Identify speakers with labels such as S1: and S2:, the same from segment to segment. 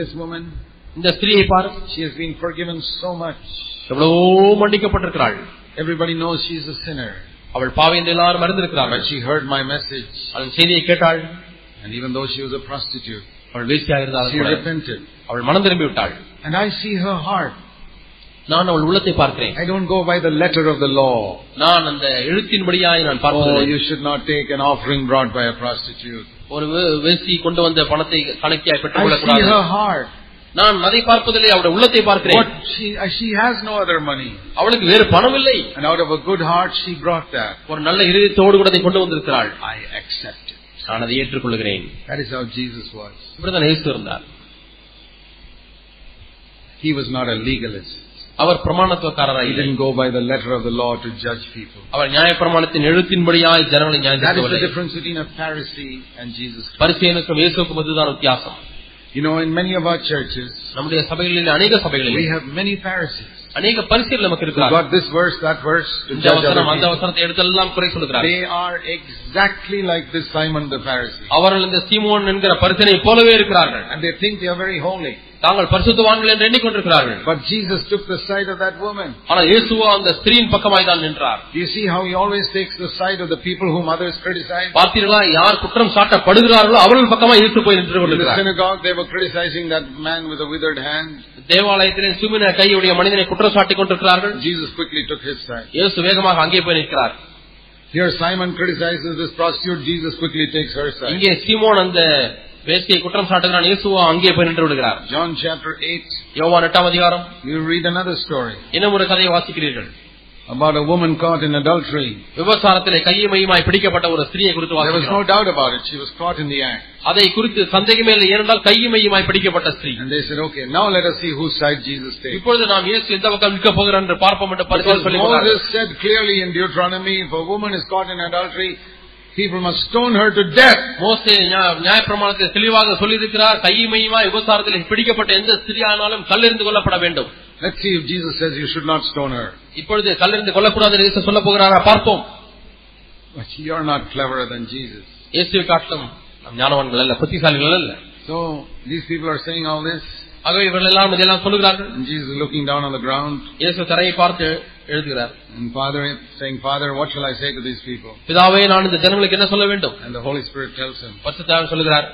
S1: This woman,
S2: இந்த ஸ்திரியை பாரு
S1: she has been forgiven so much.
S2: எவ்வளவோ மன்னிக்கப்பட்டிருக்கிறாள்
S1: Everybody knows she's a sinner.
S2: அவள் பாவி என்று எல்லாரும்
S1: But
S2: அறிந்திருக்கிறார்கள்
S1: she heard my message,
S2: அவள் செய்தியை கேட்டாள்
S1: and even though she was a prostitute,
S2: அவள் வேசியாக
S1: she
S2: இருந்தாலும்
S1: repented.
S2: அவள் மனம் திரும்பி விட்டாள்
S1: And I see her heart.
S2: நான் அவள் உள்ளத்தை பார்க்கிறேன்
S1: I don't go by the letter of the law.
S2: நான் அந்த எழுத்தின்படியாய் நான்
S1: Oh,
S2: பார்ப்பதில்லை
S1: you should not take an offering brought by a prostitute.
S2: ஒரு வே- வேசி கொண்டு வந்த பணத்தை கணக்கியாய்
S1: I
S2: பெற்றுக்கொள்ளக்
S1: see
S2: கூடாது
S1: her heart.
S2: நான் அதை பார்ப்பதில்லை அவளுடைய உள்ளத்தை
S1: What
S2: பார்க்கிறேன்
S1: she, uh, she has no other money.
S2: அவளுக்கு வேறு பணம் இல்லை
S1: And out of a good heart, she brought that.
S2: ஒரு நல்ல இருதயத்தோடு கூட அதை கொண்டு வந்திருக்கிறாள்
S1: I accept it.
S2: நான் அதை ஏற்றுக்கொள்கிறேன்
S1: That is how Jesus was.
S2: இப்படிதான் இயேசு இருந்தார்
S1: He was not a legalist.
S2: Our பிரமாணத்துவக்காரராக
S1: He
S2: இல்லை
S1: didn't go by the letter of the law to judge people.
S2: அவர் நியாயப்பிரமாணத்தின் எழுத்தின்படியாய் ஜனங்களை
S1: That is the
S2: நியாயப்படுத்தவில்லை
S1: difference between a Pharisee and Jesus.
S2: பரிசேனுக்கும் இயேசுக்கும் இதுதான் வித்தியாசம்
S1: You know, in many of our churches,
S2: நம்முடைய சபைகளில் அநேக
S1: we
S2: சபைகளில்
S1: have many Pharisees
S2: அநேக பரிசீலனை நமக்கு
S1: who
S2: இருக்கிறார்
S1: got this verse, that verse, to
S2: இந்த
S1: judge
S2: அவசரம் அந்த
S1: other people.
S2: அவசரத்தை எடுத்தெல்லாம் குறை சொல்கிறார்
S1: They are exactly like this Simon the Pharisee.
S2: அவர்கள் இந்த சீமோன் என்கிற பரிசனை போலவே இருக்கிறார்கள்
S1: And they think they are very holy.
S2: தாங்கள் பரிசுத்தவான்கள் என்று எண்ணிக்கொண்டிருக்கிறார்கள்
S1: But Jesus took the side of that woman.
S2: ஆனால் இயேசுவோ அந்த ஸ்திரீயின் பக்கமாய் தான் நின்றார்
S1: Do you see how he always takes the side of the people whom others criticize?
S2: பார்த்தீர்களா யார் குற்றம் சாட்டப்படுகிறார்களோ அவர்கள் பக்கமா இயேசு போய்
S1: In
S2: நின்று
S1: the
S2: கொண்டிருக்கிறார்
S1: synagogue, they were criticizing that man with the withered hand.
S2: தேவாலயத்திலே சுமின கையுடைய மனிதனை குற்றம் சாட்டிக் கொண்டிருக்கிறார்கள்
S1: Jesus quickly took his side.
S2: இயேசு வேகமாக அங்கே போய் நிற்கிறார்
S1: Here, Simon criticizes this prostitute. Jesus quickly takes her side.
S2: இங்கே சீமோன் அந்த வேசியை குற்றம் சாட்டுகிறான் இயேசுவோ அங்கே போய் நின்று விடுகிறார்
S1: John chapter 8,
S2: யோவான் எட்டாம் அதிகாரம்
S1: you read another story
S2: இன்னும் ஒரு கதையை வாசிக்கிறீர்கள்
S1: about a woman caught in adultery.
S2: விபச்சாரத்திலே கையும் மையுமாய் பிடிக்கப்பட்ட ஒரு ஸ்திரியை குறித்து
S1: There was no
S2: வாசிக்கிறோம்
S1: doubt about it. She was caught in the act.
S2: அதை குறித்து சந்தேகமே இல்லை ஏனென்றால் கையும் மையுமாய் பிடிக்கப்பட்ட ஸ்திரீ
S1: And they said, okay, now let us see whose side Jesus takes.
S2: இப்பொழுது நாம் இயேசு எந்த பக்கம் நிற்க போகிறார் என்று பார்ப்போம் என்று
S1: Because
S2: பரிசுத்தவான்
S1: Moses
S2: சொல்லிக்
S1: said clearly in Deuteronomy, if a woman is caught in adultery, people must stone her to death.
S2: மோசே நியா- நியாயப்பிரமாணத்தில் தெளிவாக சொல்லியிருக்கிறார் கையுமையுமா விபசாரத்தில் பிடிக்கப்பட்ட எந்த ஸ்திரியானாலும் கல்லெறிந்து கொல்லப்பட வேண்டும்
S1: Let's see if Jesus says you should not stone her.
S2: இப்பொழுது கல்லெறிந்து கொல்லக்கூடாது என்று இயேசு சொல்ல போகிறாரா பார்ப்போம்
S1: But you're not cleverer than Jesus.
S2: இயேசுவை காட்டிலும் நாம் ஞானவான்கள் அல்ல புத்திசாலிகள் அல்ல
S1: So these people are saying all this,
S2: ஆகவே இவர்கள் எல்லாம் இதெல்லாம் சொல்லுகிறார்கள்
S1: and Jesus is looking down on the ground
S2: இயேசு தரையை பார்த்து எழுதுகிறார்
S1: and Father saying, Father, what shall I say to these people?
S2: பிதாவே நான் இந்த ஜனங்களுக்கு என்ன சொல்ல வேண்டும்
S1: And the Holy Spirit tells him.
S2: பரிசுத்தாவின் சொல்லுகிறார்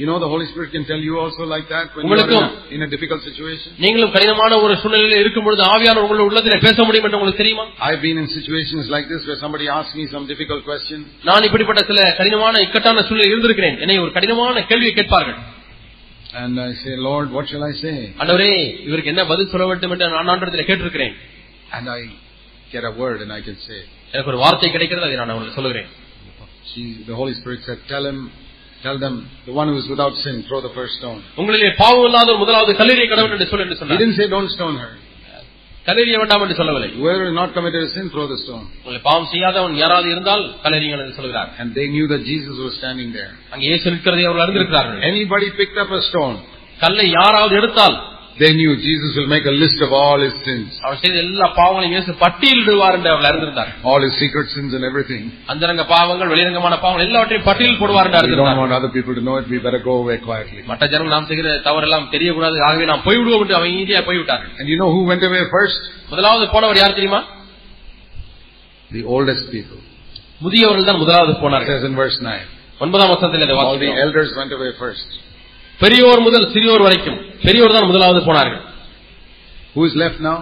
S1: You know, the Holy Spirit can tell you also like that when you're in a, in a difficult situation.
S2: நீங்களும் கடினமான ஒரு சூழ்நிலையில் இருக்கும் பொழுது ஆவியானவர் உங்களுடைய உள்ளத்தில் பேச முடியும் என்று உங்களுக்கு தெரியுமா
S1: I've been in situations like this where somebody asks me some difficult question,
S2: நான் இப்படிப்பட்ட சில கடினமான இக்கட்டான சூழ்நிலையில் இருந்திருக்கிறேன் என்னை ஒரு கடினமான கேள்வியை கேட்பார்கள்
S1: and I say, Lord, what shall I say?
S2: அண்டவரே இவருக்கு என்ன பதில் சொல்ல வேண்டும் என்று நான் ஆண்டவரத்தில் கேட்டிருக்கிறேன்
S1: And I get a word and I can say, it.
S2: எனக்கு ஒரு வார்த்தை கிடைக்கிறது அதை நான் உங்களுக்கு சொல்லுகிறேன்
S1: she, the Holy Spirit said, tell him, tell them, the one who is without sin, throw the first stone.
S2: உங்களிலே பாவம் இல்லாத ஒரு முதலாவது கல்லறிய கடவுள் என்று சொல்லு என்று
S1: He
S2: சொன்னார்
S1: didn't say don't stone her.
S2: கல்லறிய வேண்டாம் என்று சொல்லவில்லை
S1: Whoever has not committed a sin, throw the stone.
S2: உங்களை பாவம் செய்யாதவன் யாராவது இருந்தால் கல்லறியுங்கள் என்று சொல்கிறார்
S1: And they knew that Jesus was standing there.
S2: அங்கே இயேசு நிற்கிறதை அவர்கள் அறிந்திருக்கிறார்கள்
S1: Anybody picked up a stone,
S2: கல்லை யாராவது எடுத்தால்
S1: they knew Jesus will make a list of all his sins,
S2: அவர் செய்த எல்லா பாவங்களையும் இயேசு பட்டியலிடுவார் என்று அவர்கள் அறிந்திருந்தார்
S1: all his secret sins and everything.
S2: அந்தரங்க பாவங்கள் வெளிரங்கமான பாவங்கள் எல்லாவற்றையும் பட்டியல் போடுவார் என்று
S1: We don't
S2: அறிந்திருந்தார்
S1: want other people to know it. We better go away quietly.
S2: மற்ற ஜனம் நாம் செய்கிற தவறெல்லாம் தெரியக்கூடாது ஆகவே நாம் போய்விடுவோம் என்று அவங்க இந்தியா போய்விட்டார்கள்
S1: And you know who went away first?
S2: முதலாவது போனவர் யார் தெரியுமா
S1: The oldest people.
S2: முதியவர்கள் தான் முதலாவது
S1: It
S2: போனார்கள்
S1: says in verse 9.
S2: ஒன்பதாம் வசனத்தில் இதை
S1: All the
S2: வாசிக்கிறோம்.
S1: elders went away first.
S2: பெரியோர் முதல் சிறியோர் வரைக்கும் பெரியோர் தான் முதலாவது போனார்கள்
S1: Who is left now?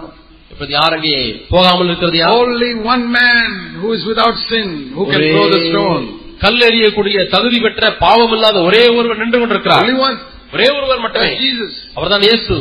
S2: இப்போது யார் அங்கே போகாமல் இருக்கிறது யார்
S1: Only one man who is without sin, who can throw the stone.
S2: கல் எறியக்கூடிய தகுதி பெற்ற பாவம் இல்லாத ஒரே ஒருவர் நின்று கொண்டிருக்கிறார்
S1: Only one.
S2: ஒரே ஒருவர் மட்டுமே
S1: That's Jesus.
S2: அவர்தான் இயேசு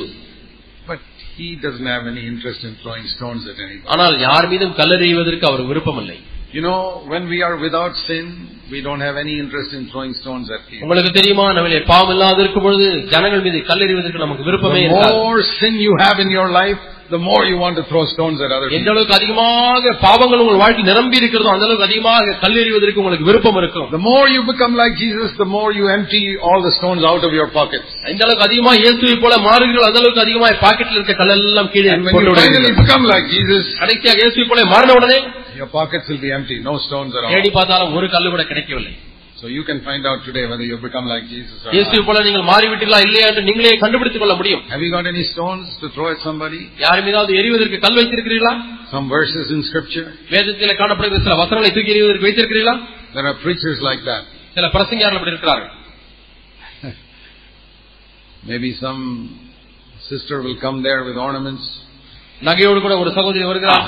S1: But he doesn't have any interest in throwing stones at anybody.
S2: ஆனால் யார் மீதும் கல்லறிவதற்கு அவர் விருப்பமில்லை
S1: You know, when we are without sin, we don't have any interest in throwing stones at people.
S2: உங்களுக்கு தெரியுமா நம்மளே பாவம் இல்லாத இருக்கும் பொழுது ஜனங்கள் மீது கல்லறிவதற்கு நமக்கு விருப்பமே
S1: The
S2: இருக்காது
S1: more sin you have in your life, the more you want to throw stones at other
S2: எந்த
S1: people.
S2: அளவுக்கு அதிகமாக பாவங்கள் உங்கள் வாழ்க்கை நிரம்பி இருக்கிறதோ அந்த அளவுக்கு அதிகமாக கல்லெறிவதற்கு உங்களுக்கு விருப்பம் இருக்கும்
S1: The more you become like Jesus, the more you empty all the stones out of your pockets.
S2: எந்த அளவுக்கு அதிகமா இயேசுவை போல மாறுகிறீர்கள் அந்த அளவுக்கு அதிகமா பாக்கெட்ல இருக்க கல்லெல்லாம் கீழே
S1: And when
S2: போட்டு
S1: you finally
S2: விடுவீர்கள்.
S1: become like Jesus,
S2: கடைசியாக இயேசுவை போல மாறின உடனே
S1: your pockets will be empty, no stones at all.
S2: தேடி பார்த்தாலும் ஒரு கல்லு கூட கிடைக்கவில்லை
S1: So you can find out today whether you've become like Jesus or
S2: இயேசு
S1: not.
S2: போல நீங்கள் மாறிவிட்டீர்களா இல்லையா என்று நீங்களே கண்டுபிடித்துக் கொள்ள முடியும்
S1: Have you got any stones to throw at somebody?
S2: யார் மீதாவது எறிவதற்கு கல் வைத்திருக்கிறீர்களா
S1: Some verses in scripture?
S2: வேதத்திலே காணப்படுகிற சில வசனங்களை தூக்கி எறிவதற்கு வைத்திருக்கிறீர்களா
S1: There are preachers like that.
S2: சில பிரசங்கியார்கள் அப்படி இருக்கிறார்கள்
S1: Maybe some sister will come there with ornaments.
S2: நகையோடு கூட ஒரு சகோதரி வருகிறார்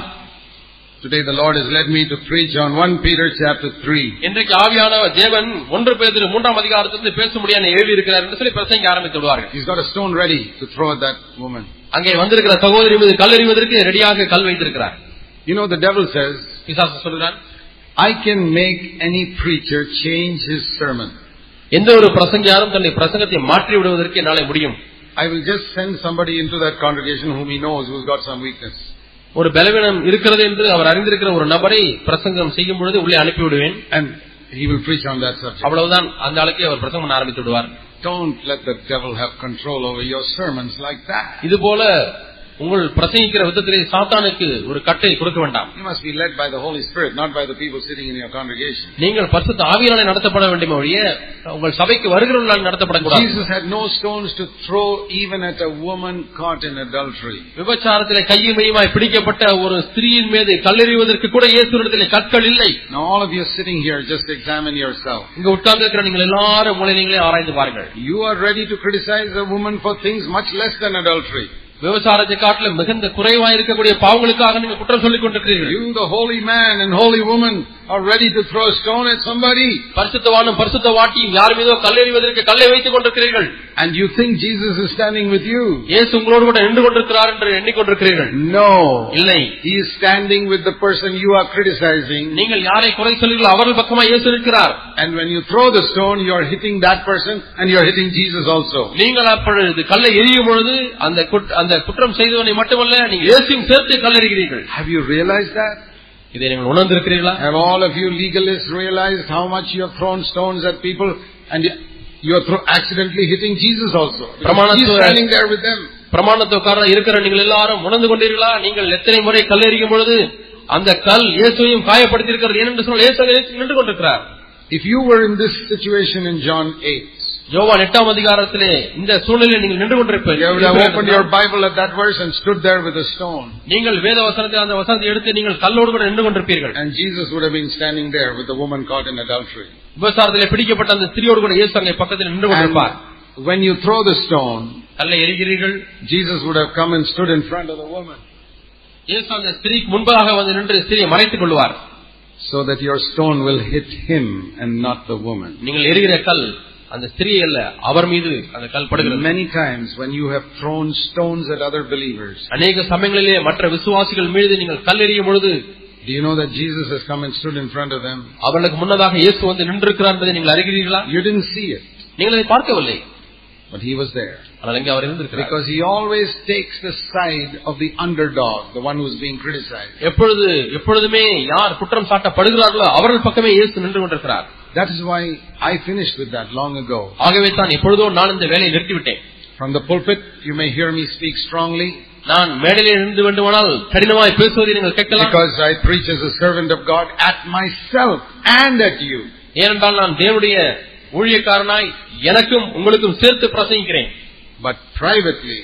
S1: Today the Lord has led me to preach on 1 Peter chapter 3.
S2: இன்றைக்கு ஆவியான தேவன் ஒன்று பேதிரு மூன்றாம் அதிகாரத்திலிருந்து பேச முடியாது எழுதி இருக்கிறார் என்று சொல்லி பிரசங்க ஆரம்பித்து விடுவார்கள்
S1: He's got a stone ready to throw at that woman.
S2: அங்கே வந்திருக்கிற சகோதரி மீது கல் எறிவதற்கு ரெடியாக கல் வைத்திருக்கிறார்
S1: You know, the devil says,
S2: பிசாசு சொல்கிறான்
S1: I can make any preacher change his sermon.
S2: எந்த ஒரு பிரசங்கியாரும் தன்னை பிரசங்கத்தை மாற்றி விடுவதற்கு என்னாலே முடியும்
S1: I will just send somebody into that congregation whom he knows who's got some weakness.
S2: ஒரு பலவீனம் இருக்கிறது என்று அவர் அறிந்திருக்கிற ஒரு நபரை பிரசங்கம் செய்யும் பொழுது உள்ளே அனுப்பி விடுவேன்
S1: And he will preach on that subject.
S2: அவ்வளவுதான் அந்த ஆளுக்கு அவர் பிரசங்கம் பண்ண ஆரம்பித்து விடுவார்
S1: Don't let the devil have control over your sermons like that.
S2: இது போல உங்கள் பிரசங்கிக்கிற விதத்திலே சாத்தானுக்கு ஒரு கட்டை கொடுக்க வேண்டாம்
S1: You must be led by the Holy Spirit, not by the people sitting in your congregation.
S2: நீங்கள் பரிசுத்த ஆவியாலே நடத்தப்பட வேண்டுமே ஒழிய உங்கள் சபைக்கு வருகிறவர்களால் நடத்தப்படக்கூடாது
S1: Jesus had no stones to throw even at a woman caught in adultery.
S2: விபச்சாரத்திலே கையும் மையுமாய் பிடிக்கப்பட்ட ஒரு ஸ்திரீயின் மீது கல்லெறிவதற்கு கூட இயேசுடத்திலே கற்கள் இல்லை
S1: Now all of you sitting here, just examine yourself.
S2: இங்க உட்கார்ந்து இருக்கிற நீங்கள் எல்லாரும் உங்களை நீங்களே ஆராய்ந்து பாருங்கள்
S1: You are ready to criticize a woman for things much less than adultery.
S2: விபச்சாரத்தை காட்டிலும் மிகுந்த குறைவாய் இருக்கக்கூடிய பாவங்களுக்காக நீங்கள் குற்றம் சொல்லிக் கொண்டிருக்கிறீர்கள்
S1: You, the holy man and holy woman, are ready to throw a stone at somebody.
S2: பரிசுத்தவானும் பரிசுத்த வாட்டியும் யார் மீதோ கல்லெறிவதற்கு கல்லை வைத்துக் கொண்டிருக்கிறீர்கள்
S1: And you think Jesus is standing with you.
S2: இயேசு உங்களோடு கூட நின்று கொண்டிருக்கிறார் என்று எண்ணிக்கொண்டிருக்கிறீர்கள்
S1: No.
S2: இல்லை
S1: He is standing with the person you are criticizing.
S2: நீங்கள் யாரை குறை சொல்லுங்கள் அவர்கள் பக்கமா இயேசு இருக்கிறார்
S1: And when you throw the stone, you are hitting that person and you are hitting Jesus also.
S2: நீங்கள் அப்பொழுது கல்லை எரியும் பொழுது அந்த குற்ற- அந்த குற்றம் செய்தவனை மட்டுமல்ல நீங்கள் இயேசுவும் சேர்த்து கல்லெறிகிறீர்கள்
S1: Have you realized that?
S2: இதை நீங்கள் உணர்ந்திருக்கிறீர்களா
S1: Have all of you legalists realized how much you have thrown stones at people and you- you are thro- accidentally hitting Jesus also? Because He's
S2: Pramanathu-
S1: standing there with them.
S2: பிரமாணத்துக்காரர் இருக்கிற நீங்கள் எல்லாரும் உணர்ந்து கொண்டீர்களா நீங்கள் எத்தனை முறை கல் எறியும் பொழுது அந்த கல் இயேசுவையும் காயப்படுத்தி இருக்கிறது ஏனென்று சொன்னால் இயேசு அங்கே நின்று கொண்டிருக்கிறார்
S1: If you were in this situation in John 8,
S2: யோவான் எட்டாம் அதிகாரத்திலே இந்த சூழ்நிலையில் நீங்கள் நின்று
S1: you would have opened
S2: கொண்டிருப்பீர்கள்
S1: your Bible at that verse and stood there with a stone.
S2: நீங்கள் வேத வசனத்தை அந்த வசனத்தை எடுத்து நீங்கள் கல்லோடு கூட நின்று கொண்டிருப்பீர்கள்
S1: And Jesus would have been standing there with the woman caught in adultery.
S2: விபச்சாரத்திலே பிடிக்கப்பட்ட அந்த ஸ்திரியோடு கூட இயேசு அங்கே பக்கத்தில் நின்று கொண்டிருப்பார்
S1: And when you throw the stone,
S2: கல்லை எரிகிறீர்கள்
S1: Jesus would have come and stood in front of the woman
S2: இயேசு அந்த ஸ்திரீக்கு முன்பாக வந்து நின்று ஸ்திரியை மறைத்துக் கொள்வார்
S1: so that your stone will hit him and not the woman.
S2: நீங்கள் எரிகிற கல் அந்த ஸ்திரீ அல்ல அவர் மீது அந்த கல் படுகிறது
S1: Many times when you have thrown stones at other believers,
S2: அநேக சமயங்களிலே மற்ற விசுவாசிகள் மீது நீங்கள் கல் எறியும் பொழுது
S1: do you know that Jesus has come and stood in front of them?
S2: அவர்களுக்கு முன்னதாக இயேசு வந்து நின்றிருக்கிறார் என்பதை நீங்கள் அறிகிறீர்களா
S1: You didn't see it,
S2: நீங்கள் அதை பார்க்கவில்லை
S1: but he was there.
S2: ஆனால் அங்கே அவர் இருந்திருக்கிறார்
S1: Because he always takes the side of the underdog, the one who's being criticized.
S2: எப்பொழுது எப்பொழுதுமே யார் குற்றம் சாட்டப்படுகிறார்களோ அவர்கள் பக்கமே இயேசு நின்று கொண்டிருக்கிறார்
S1: That is why I finished with that long ago.
S2: ஆகவே தான் எப்பொழுதோ நான் இந்த வேலையை நிறுத்திவிட்டேன்
S1: From the pulpit, you may hear me speak strongly
S2: நான் மேடையிலே இருந்து வேண்டுமானால் கடினமாய் பேசுவதை நீங்கள் கேட்கலாம்
S1: because I preach as a servant of God at myself and at you.
S2: ஏனென்றால் நான் தேவனுடைய ஊழியக்காரனாய் எனக்கும் உங்களுக்கும் சேர்த்து பிரசங்கிக்கிறேன்
S1: But privately,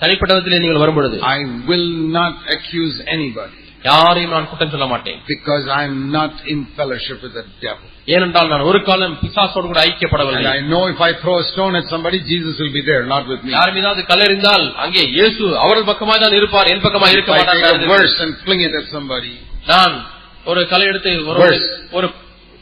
S2: தனிப்பட்ட விதத்திலே நீங்கள் வரும்பொழுது
S1: I will not accuse anybody
S2: யாரையும் நான் குற்றம் சொல்ல மாட்டேன்
S1: because I'm not in fellowship with the devil.
S2: ஏனென்றால் நான் ஒரு காலம் பிசாசோடு கூட
S1: And
S2: ஐக்கியப்படவில்லை
S1: I know if I throw a stone at somebody, Jesus will be there, not with me.
S2: யார் மீதாவது கல்லறிந்தால் அங்கே இயேசு அவரது பக்கமாய் தான் இருப்பார் என் பக்கமா
S1: If
S2: இருக்க
S1: I take a
S2: மாட்டார்
S1: verse and fling it at somebody,
S2: நான் ஒரு கலை எடுத்து ஒரு
S1: Verse.
S2: ஒரு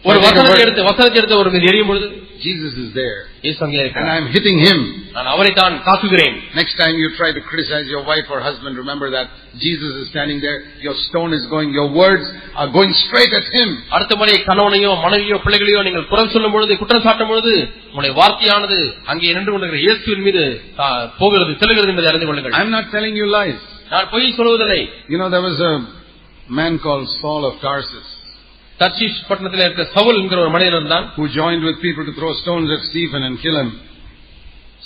S2: ஒரு
S1: Take a
S2: வசனத்தை
S1: verse.
S2: எடுத்து வசனத்தை எடுத்து ஒரு மீது எரியும் பொழுது
S1: Jesus is there.
S2: இயேசு அங்கே
S1: And
S2: இருக்கிறார்
S1: I'm hitting him.
S2: நான் அவரை தான் தாக்குகிறேன்
S1: Next time you try to criticize your wife or husband, remember that Jesus is standing there. Your stone is going, your words are going straight at him.
S2: அடுத்த முறை கணவனையோ மனைவியோ பிள்ளைகளையோ நீங்கள் குரல் சொல்லும் பொழுது குற்றம் சாட்டும் பொழுது உங்களுடைய வார்த்தையானது அங்கே நின்று கொண்டிருக்கிற இயேசுவின் மீது தா- போகிறது செல்கிறது என்பதை அறிந்து கொள்ளுங்கள்
S1: I'm not telling you lies.
S2: நான் பொய் சொல்வதில்லை
S1: You know, there was a man called Saul of Tarsus
S2: Tarshish பட்டணத்தில் இருக்கிற சவுல் என்கிற ஒரு மனிதன் இருந்தான்
S1: who joined with people to throw stones at Stephen and kill him.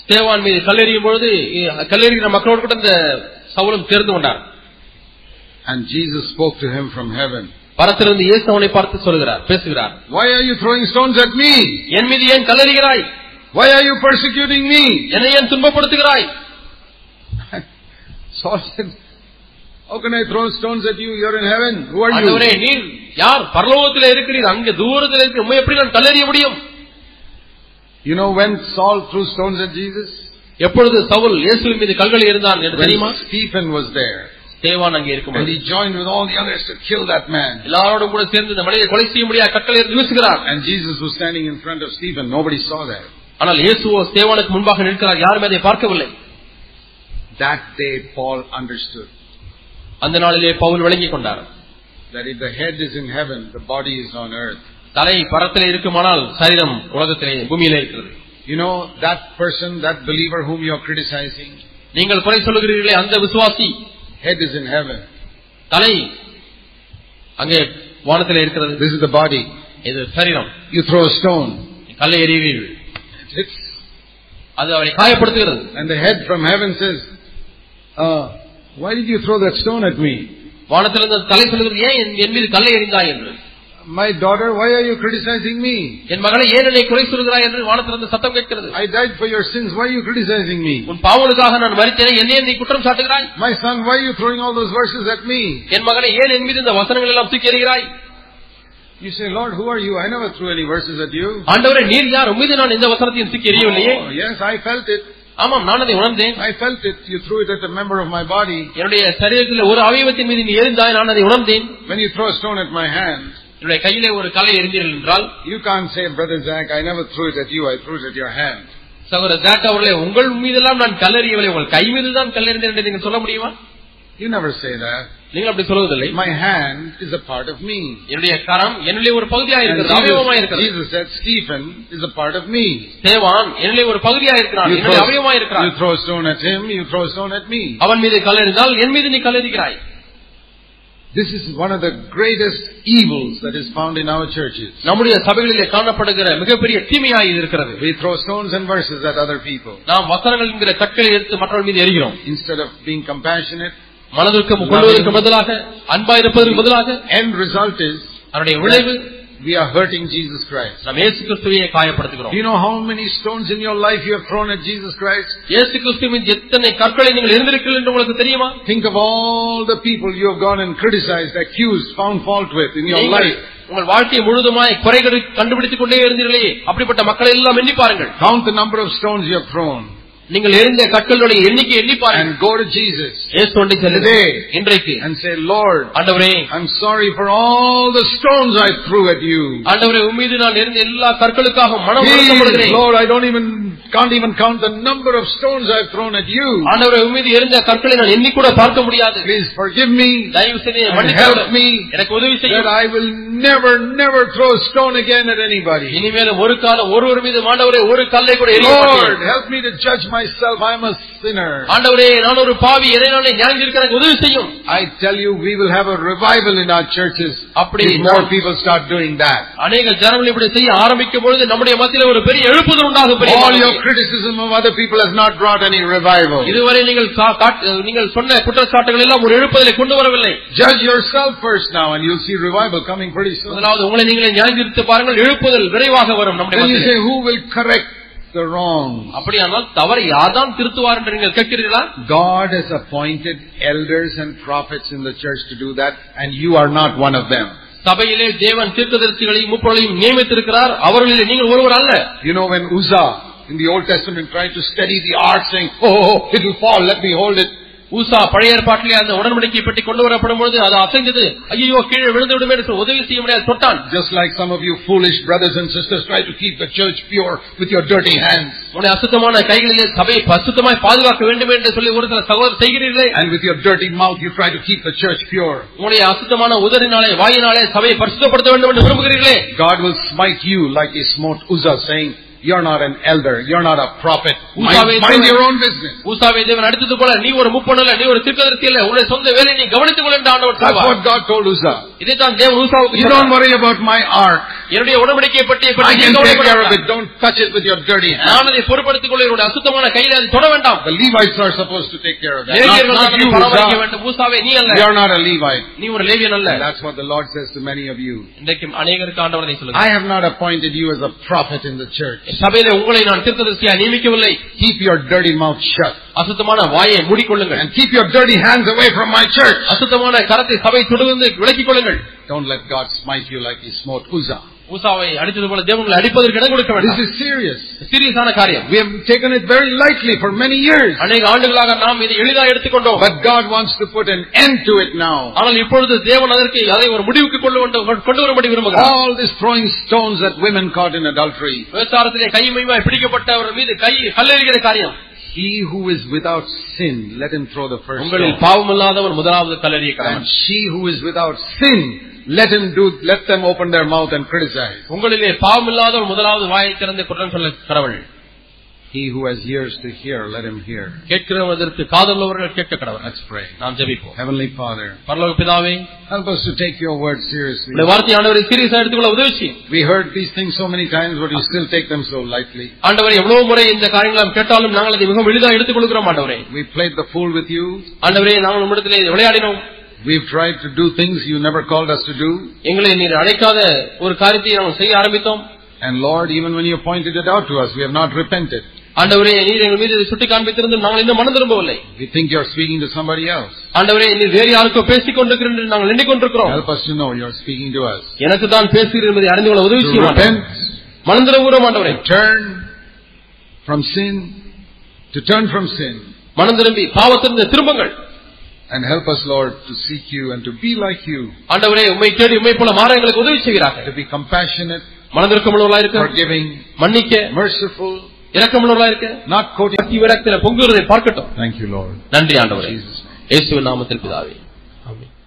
S2: ஸ்தேவான் மீது கல்லெறியும் பொழுது இ- கல்லெறிகிற மக்களோடு கூட இந்த சவுலும் சேர்ந்து கொண்டார்
S1: And Jesus spoke to him from heaven.
S2: பரத்திலிருந்து இயேசு அவனை பார்த்து சொல்கிறார் பேசுகிறார்
S1: Why are you throwing stones at me?
S2: என் மீது ஏன் கல்லறிகிறாய்
S1: Why are you persecuting me?
S2: என்னை ஏன் துன்பப்படுத்துகிறாய்
S1: Saul said, How can I throw stones at you? You're in heaven. Who are
S2: ஆண்டவரே
S1: you?
S2: நீர் யார் பரலோகத்தில் இருக்கிறீர் அங்கே தூரத்தில் இருக்கிற உம்மை எப்படி நான் கல்லறிய முடியும்
S1: You know when Saul threw stones at Jesus?
S2: எப்பொழுது சவுல் இயேசுவின் மீது கல்களை இருந்தான் என்று
S1: When
S2: தெரியுமா
S1: Stephen was there.
S2: தேவான் அங்கே இருக்கும்
S1: And he joined with all the others to kill that man.
S2: எல்லாரோடும் கூட சேர்ந்து இந்த மனிதனை கொலை செய்ய முடியாத கற்களை எறிந்து வீசுகிறார்
S1: And Jesus was standing in front of Stephen. Nobody saw that.
S2: ஆனால் இயேசுவோ தேவானுக்கு முன்பாக நிற்கிறார் யாரும் அதை பார்க்கவில்லை
S1: That day Paul understood
S2: அந்த நாளிலே பவுல் விளங்கிக் கொண்டார்
S1: that if the head is in heaven, the body is on earth.
S2: தலை பரத்திலே இருக்குமானால் சரீரம் உலகத்திலே பூமியிலே இருக்கிறது
S1: You know, that person, that believer whom you're criticizing,
S2: நீங்கள் குறை சொல்கிறீர்களே அந்த விசுவாசி
S1: head is in heaven.
S2: தலை அங்கே வானத்திலே இருக்கிறது
S1: This is the body.
S2: இது சரீரம்
S1: You throw a stone.
S2: கல்லை எறிகிறீர்கள்
S1: It hits.
S2: அது அவனை காயப்படுத்துகிறது
S1: And the head from heaven says, uh, why did you throw that stone at me?
S2: வானத்திலிருந்து அந்த தலை சொல்லுகிறது ஏன் என்- என் மீது கல்லை எறிந்தாய் என்று
S1: My daughter, why are you criticizing me?
S2: என் மகளை ஏன் என்னை குறை சொல்கிறாய் என்று வானத்திலிருந்து சத்தம் கேட்கிறது
S1: I died for your sins. Why are you criticizing me?
S2: உன் பாவலுக்காக நான் மறித்தேனே என்னை நீ குற்றம் சாட்டுகிறாய்
S1: My son, why are you throwing all those verses at me?
S2: என் மகனை ஏன் என் மீது இந்த வசனங்கள் எல்லாம் தூக்கி எறிகிறாய்
S1: You say, Lord, who are you? I never threw any verses at you.
S2: ஆண்டவரே நீர் யார் உன் மீது நான் எந்த வசனத்தையும் தூக்கி எறியவில்லையே
S1: Oh, yes, I felt it.
S2: ஆமாம் நான் அதை உணர்ந்தேன்
S1: I felt it. You threw it at a member of my body.
S2: என்னுடைய சரீரத்தில் ஒரு அவயவத்தின் மீது நீ எரிந்தாய் நான் அதை உணர்ந்தேன்
S1: When you throw a stone at my hand,
S2: என்னுடைய கையிலே ஒரு கலை எரிந்தீர்கள் என்றால்
S1: you can't say, Brother Zach, I never threw it at you. I threw it at your hand.
S2: சகோதர ஜாக் அவர்களே உங்கள் மீதெல்லாம் நான் கல்லறியவில்லை உங்கள் கை மீது தான் கல்லறிந்தேன் என்று நீங்கள் சொல்ல முடியுமா
S1: You never say that.
S2: நீங்கள் அப்படி சொல்வதில்லை
S1: My hand is a part of me.
S2: என்னுடைய கரம் என்னுடைய ஒரு பகுதியாக
S1: And
S2: இருக்கிறது அவயவமாக
S1: Jesus,
S2: இருக்கிறது
S1: Jesus said, Stephen is a part of me.
S2: தேவான் என்னுடைய ஒரு பகுதியாக இருக்கிறான்
S1: You
S2: என்னுடைய
S1: throw,
S2: அவயவமாக இருக்கிறான்
S1: you throw a stone at him, you throw a stone at me.
S2: அவன் மீது கல்லறிந்தால் என் மீது நீ கல்லறிகிறாய்
S1: This is one of the greatest evils that is found in our churches.
S2: நம்முடைய சபைகளிலே காணப்படுகிற மிகப்பெரிய தீமையாக இது இருக்கிறது
S1: We throw stones and verses at other people.
S2: நாம் வசனங்கள் என்கிற கற்களை எடுத்து மற்றவர்கள் மீது எறிகிறோம்
S1: Instead of being compassionate,
S2: மனதிற்கு கொள்வதற்கு பதிலாக அன்பா இருப்பதற்கு பதிலாக
S1: end result is
S2: அதனுடைய விளைவு
S1: we are hurting Jesus Christ.
S2: நாம் இயேசு கிறிஸ்துவையே
S1: Do
S2: காயப்படுத்துகிறோம்
S1: you know how many stones in your life you have thrown at Jesus Christ?
S2: இயேசு கிறிஸ்துவின் எத்தனை கற்களை நீங்கள் இருந்திருக்கிறீர்கள் என்று உங்களுக்கு தெரியுமா
S1: Think of all the people you have gone and criticized, accused, found fault with in your
S2: நீங்கள்
S1: life.
S2: உங்கள் வாழ்க்கையை முழுதுமாய் குறைகளை கண்டுபிடித்துக் கொண்டே இருந்தீர்களே அப்படிப்பட்ட மக்களை எல்லாம் எண்ணி பாருங்கள்
S1: Count the number of stones you have thrown
S2: நீங்கள் எறிந்த கற்களுடைய எண்ணிக்கை எண்ணி பாருங்கள்
S1: and go to Jesus
S2: இயேசு ஒன்றை செல்லுதே
S1: Today.
S2: இன்றைக்கு
S1: and say, Lord,
S2: ஆண்டவரே
S1: I'm sorry for all the stones I threw at you.
S2: ஆண்டவரே உம் மீது நான் இருந்த எல்லா கற்களுக்காக மனம்
S1: Please,
S2: வருத்தப்படுகிறேன்
S1: Lord, I don't even, can't even count the number of stones I've thrown at you.
S2: ஆண்டவரே உம் மீது இருந்த கற்களை நான் எண்ணி கூட பார்க்க முடியாது
S1: Please forgive me
S2: தயவு செய்து என்னை
S1: And
S2: மன்னித்து
S1: help me
S2: விடும். எனக்கு உதவி
S1: that
S2: செய்யும்
S1: I will never, never throw a stone again at anybody.
S2: இனிமேலும் ஒரு காலம் ஒருவர் மீது ஆண்டவரே ஒரு கல்லை கூட எறிய
S1: Lord,
S2: மாட்டேன்.
S1: help me to judge myself. I'm a sinner.
S2: ஆண்டவரே நான் ஒரு பாவி எதை நாளை நியாயந்திருக்க எனக்கு உதவி செய்யும்
S1: I tell you, we will have a revival in our churches
S2: அப்படி
S1: if more
S2: நாம்
S1: people start doing that.
S2: அநேக ஜனங்கள் இப்படி செய்ய ஆரம்பிக்கும் பொழுது நம்முடைய மத்தியில ஒரு பெரிய எழுப்புதல் உண்டாகும் பெரிய
S1: All
S2: மத்தியிலே.
S1: your criticism of other people has not brought any revival.
S2: இதுவரை நீங்கள் கா- காட்டு- நீங்கள் சொன்ன குற்றச்சாட்டுகள் எல்லாம் ஒரு எழுப்புதலை கொண்டு வரவில்லை
S1: Judge yourself first now and you'll see revival coming pretty soon.
S2: முதலாவது உங்களை நீங்களே நியாயந்திருத்து பாருங்கள் எழுப்புதல் விரைவாக வரும் நம்முடைய
S1: Then you
S2: மத்தியிலே.
S1: say, who will correct the wrong?
S2: அப்படியானால் தவறை யார்தான் திருத்துவார் என்று நீங்கள் கேட்கிறீர்களா
S1: God has appointed elders and prophets in the church to do that and you are not one of them.
S2: சபையிலே தேவன் தீர்க்கதரிசிகளையும் முப்பொருளையும் நியமித்திருக்கிறார் அவர்களில் நீங்கள் ஒருவர் அல்ல
S1: You know when Uzzah in the Old Testament tried to steady the ark saying, oh, oh, it'll fall, let me hold it.
S2: ஊசா பழைய ஏற்பாட்டிலே அந்த உடன்படிக்கை பற்றி கொண்டு வரப்படும் பொழுது அது அசைந்தது ஐயோ கீழே விழுந்து விடுமே என்று சொல்லி உதவி செய்ய முடியாது தொட்டான்
S1: Just like some of you foolish brothers and sisters try to keep the church pure with your dirty hands
S2: உன்னுடைய அசுத்தமான கைகளிலே சபையை அசுத்தமாய் பாதுகாக்க வேண்டும் என்று சொல்லி ஒரு சில சகோதரர் செய்கிறீர்களே
S1: and with your dirty mouth you try to keep the church pure.
S2: உங்களுடைய அசுத்தமான உதறினாலே வாயினாலே சபையை பரிசுத்தப்படுத்த வேண்டும் என்று விரும்புகிறீர்களே
S1: God will smite you like he smote Uzzah saying, you're not an elder, you're not a prophet. Mind, mind your own business.
S2: ஊசாவை தேவன் அடித்தது போல நீ ஒரு முப்பொண்ணல நீ ஒரு திருக்கதரிசி இல்ல உன்னுடைய சொந்த வேலையை நீ கவனித்துக் கொள்ள ஆண்டவர்
S1: That's
S2: சொல்வார்
S1: what God told Uzzah.
S2: இதைத்தான் தேவன் ஊசாவுக்கு
S1: You don't
S2: சொன்னார்.
S1: worry about my ark.
S2: என்னுடைய உடன்படிக்கையை பற்றிய
S1: I
S2: பற்றி
S1: can take
S2: கவலைப்பட
S1: care of
S2: வேண்டாம்.
S1: it. Don't touch it with your dirty hand.
S2: நான் அதை பொறுப்படுத்திக் கொள்ள என்னுடைய அசுத்தமான கையில அதை தொட வேண்டாம்
S1: The Levites are supposed to take care of that. Not,
S2: லேவியர்கள்
S1: not
S2: தான் அதை
S1: you,
S2: பராமரிக்க
S1: Uzzah.
S2: வேண்டும் மூசாவே நீ அல்ல
S1: You're not a Levite.
S2: நீ ஒரு லேவியன் அல்ல
S1: And that's what the Lord says to many of you.
S2: இன்றைக்கு அநேகருக்கு ஆண்டவரை சொல்லுங்க
S1: I have not appointed you as a prophet in the church.
S2: சபையில உங்களை நான் திருத்ததரிசியா நியமிக்கவில்லை
S1: Keep your dirty mouth shut.
S2: அசுத்தமான வாயை மூடிக்கொள்ளுங்கள்
S1: And keep your dirty hands away from my church.
S2: அசுத்தமான கரத்தை சபை தொடர்ந்து விலக்கிக் கொள்ளுங்கள்
S1: Don't let God smite you like he smote Uzzah.
S2: மூசாவை அடித்தது போல தேவங்களை அடிப்பதற்கு இடம் கொடுக்க
S1: This
S2: வேண்டாம்
S1: is serious.
S2: சீரியஸான காரியம்
S1: We have taken it very lightly for many years.
S2: அநேக ஆண்டுகளாக நாம் இதை எளிதாக எடுத்துக்கொண்டோம்
S1: But God wants to put an end to it now.
S2: ஆனால் இப்பொழுது தேவன் அதற்கு அதை ஒரு முடிவுக்கு கொண்டு வந்து- கொண்டு வரும்படி விரும்புகிறார்
S1: All this throwing stones at women caught in adultery.
S2: விவசாரத்திலே கை மையமாய் பிடிக்கப்பட்டவர் மீது கை கல்லெறிகிற காரியம்
S1: He who is without sin, let him throw the first
S2: உங்களில்
S1: stone.
S2: பாவமில்லாதவர் முதலாவது கல்லறிய
S1: And
S2: கடவன்
S1: she who is without sin, let him do, let them open their mouth and criticize.
S2: உங்களிலே பாவமில்லாதவர் முதலாவது வாயை திறந்து குற்றம் சொல்ல கடவுள்
S1: He who has ears to hear, let him hear.
S2: கேட்கிறவதற்கு காதலவர்கள் கேட்க கடவுள்
S1: Let's pray.
S2: நாம் ஜெபிப்போம்
S1: Heavenly Father,
S2: பரலோக பிதாவே
S1: help us to take your word seriously.
S2: உங்களுடைய வார்த்தையை ஆண்டவரை சீரியஸா எடுத்துக்கொள்ள உதவி செய்யும்
S1: We heard these things so many times, but you still take them so lightly.
S2: ஆண்டவரே எவ்வளவு முறை இந்த காரியங்களை நாம் கேட்டாலும் நாங்கள் அதை மிகவும் எளிதாக எடுத்துக் கொள்கிறோம் ஆண்டவரே
S1: We played the fool with you.
S2: ஆண்டவரே நாங்கள் உம்மிடத்திலே விளையாடினோம்
S1: We've tried to do things you never called us to do.
S2: எங்களை நீர் அழைக்காத ஒரு காரியத்தை நாங்கள் செய்ய ஆரம்பித்தோம்
S1: And Lord, even when you pointed it out to us, we have not repented.
S2: ஆண்டவரே நீர் எங்கள் மீது சுட்டி காண்பித்திருந்தும் நாங்கள் இன்னும் மனம் திரும்பவில்லை
S1: We think you're speaking to somebody else.
S2: ஆண்டவரே நீர் வேறு யாருக்கோ பேசிக் கொண்டிருக்கிறேன் என்று நாங்கள் எண்ணிக் கொண்டிருக்கிறோம்
S1: Help us to know you're speaking to us.
S2: எனக்கு தான் பேசுகிறேன் என்பதை அறிந்து கொள்ள
S1: To
S2: உதவி செய்யும் ஆண்டவரே.
S1: repent,
S2: மனம் திரும்புகிறோம் ஆண்டவரே
S1: turn from sin, to turn from sin.
S2: மனம் திரும்பி பாவத்திலிருந்து திரும்புங்கள்
S1: And help us, Lord, to seek you and to be like you,
S2: ஆண்டவரே உம்மை தேடி உம்மை போல மாற எங்களுக்கு உதவி செய்கிறார்கள்
S1: to be compassionate,
S2: மனதிற்கமுள்ளவர்களா இருக்க
S1: forgiving,
S2: மன்னிக்க
S1: merciful,
S2: இரக்கமுள்ளவர்களா இருக்க
S1: not quoting.
S2: பக்தி விரக்தியில பொங்குவதை பார்க்கட்டும்
S1: Thank you, Lord.
S2: நன்றி
S1: In
S2: ஆண்டவரே
S1: Jesus' name.
S2: இயேசுவின் நாமத்தில் பிதாவே ஆமென்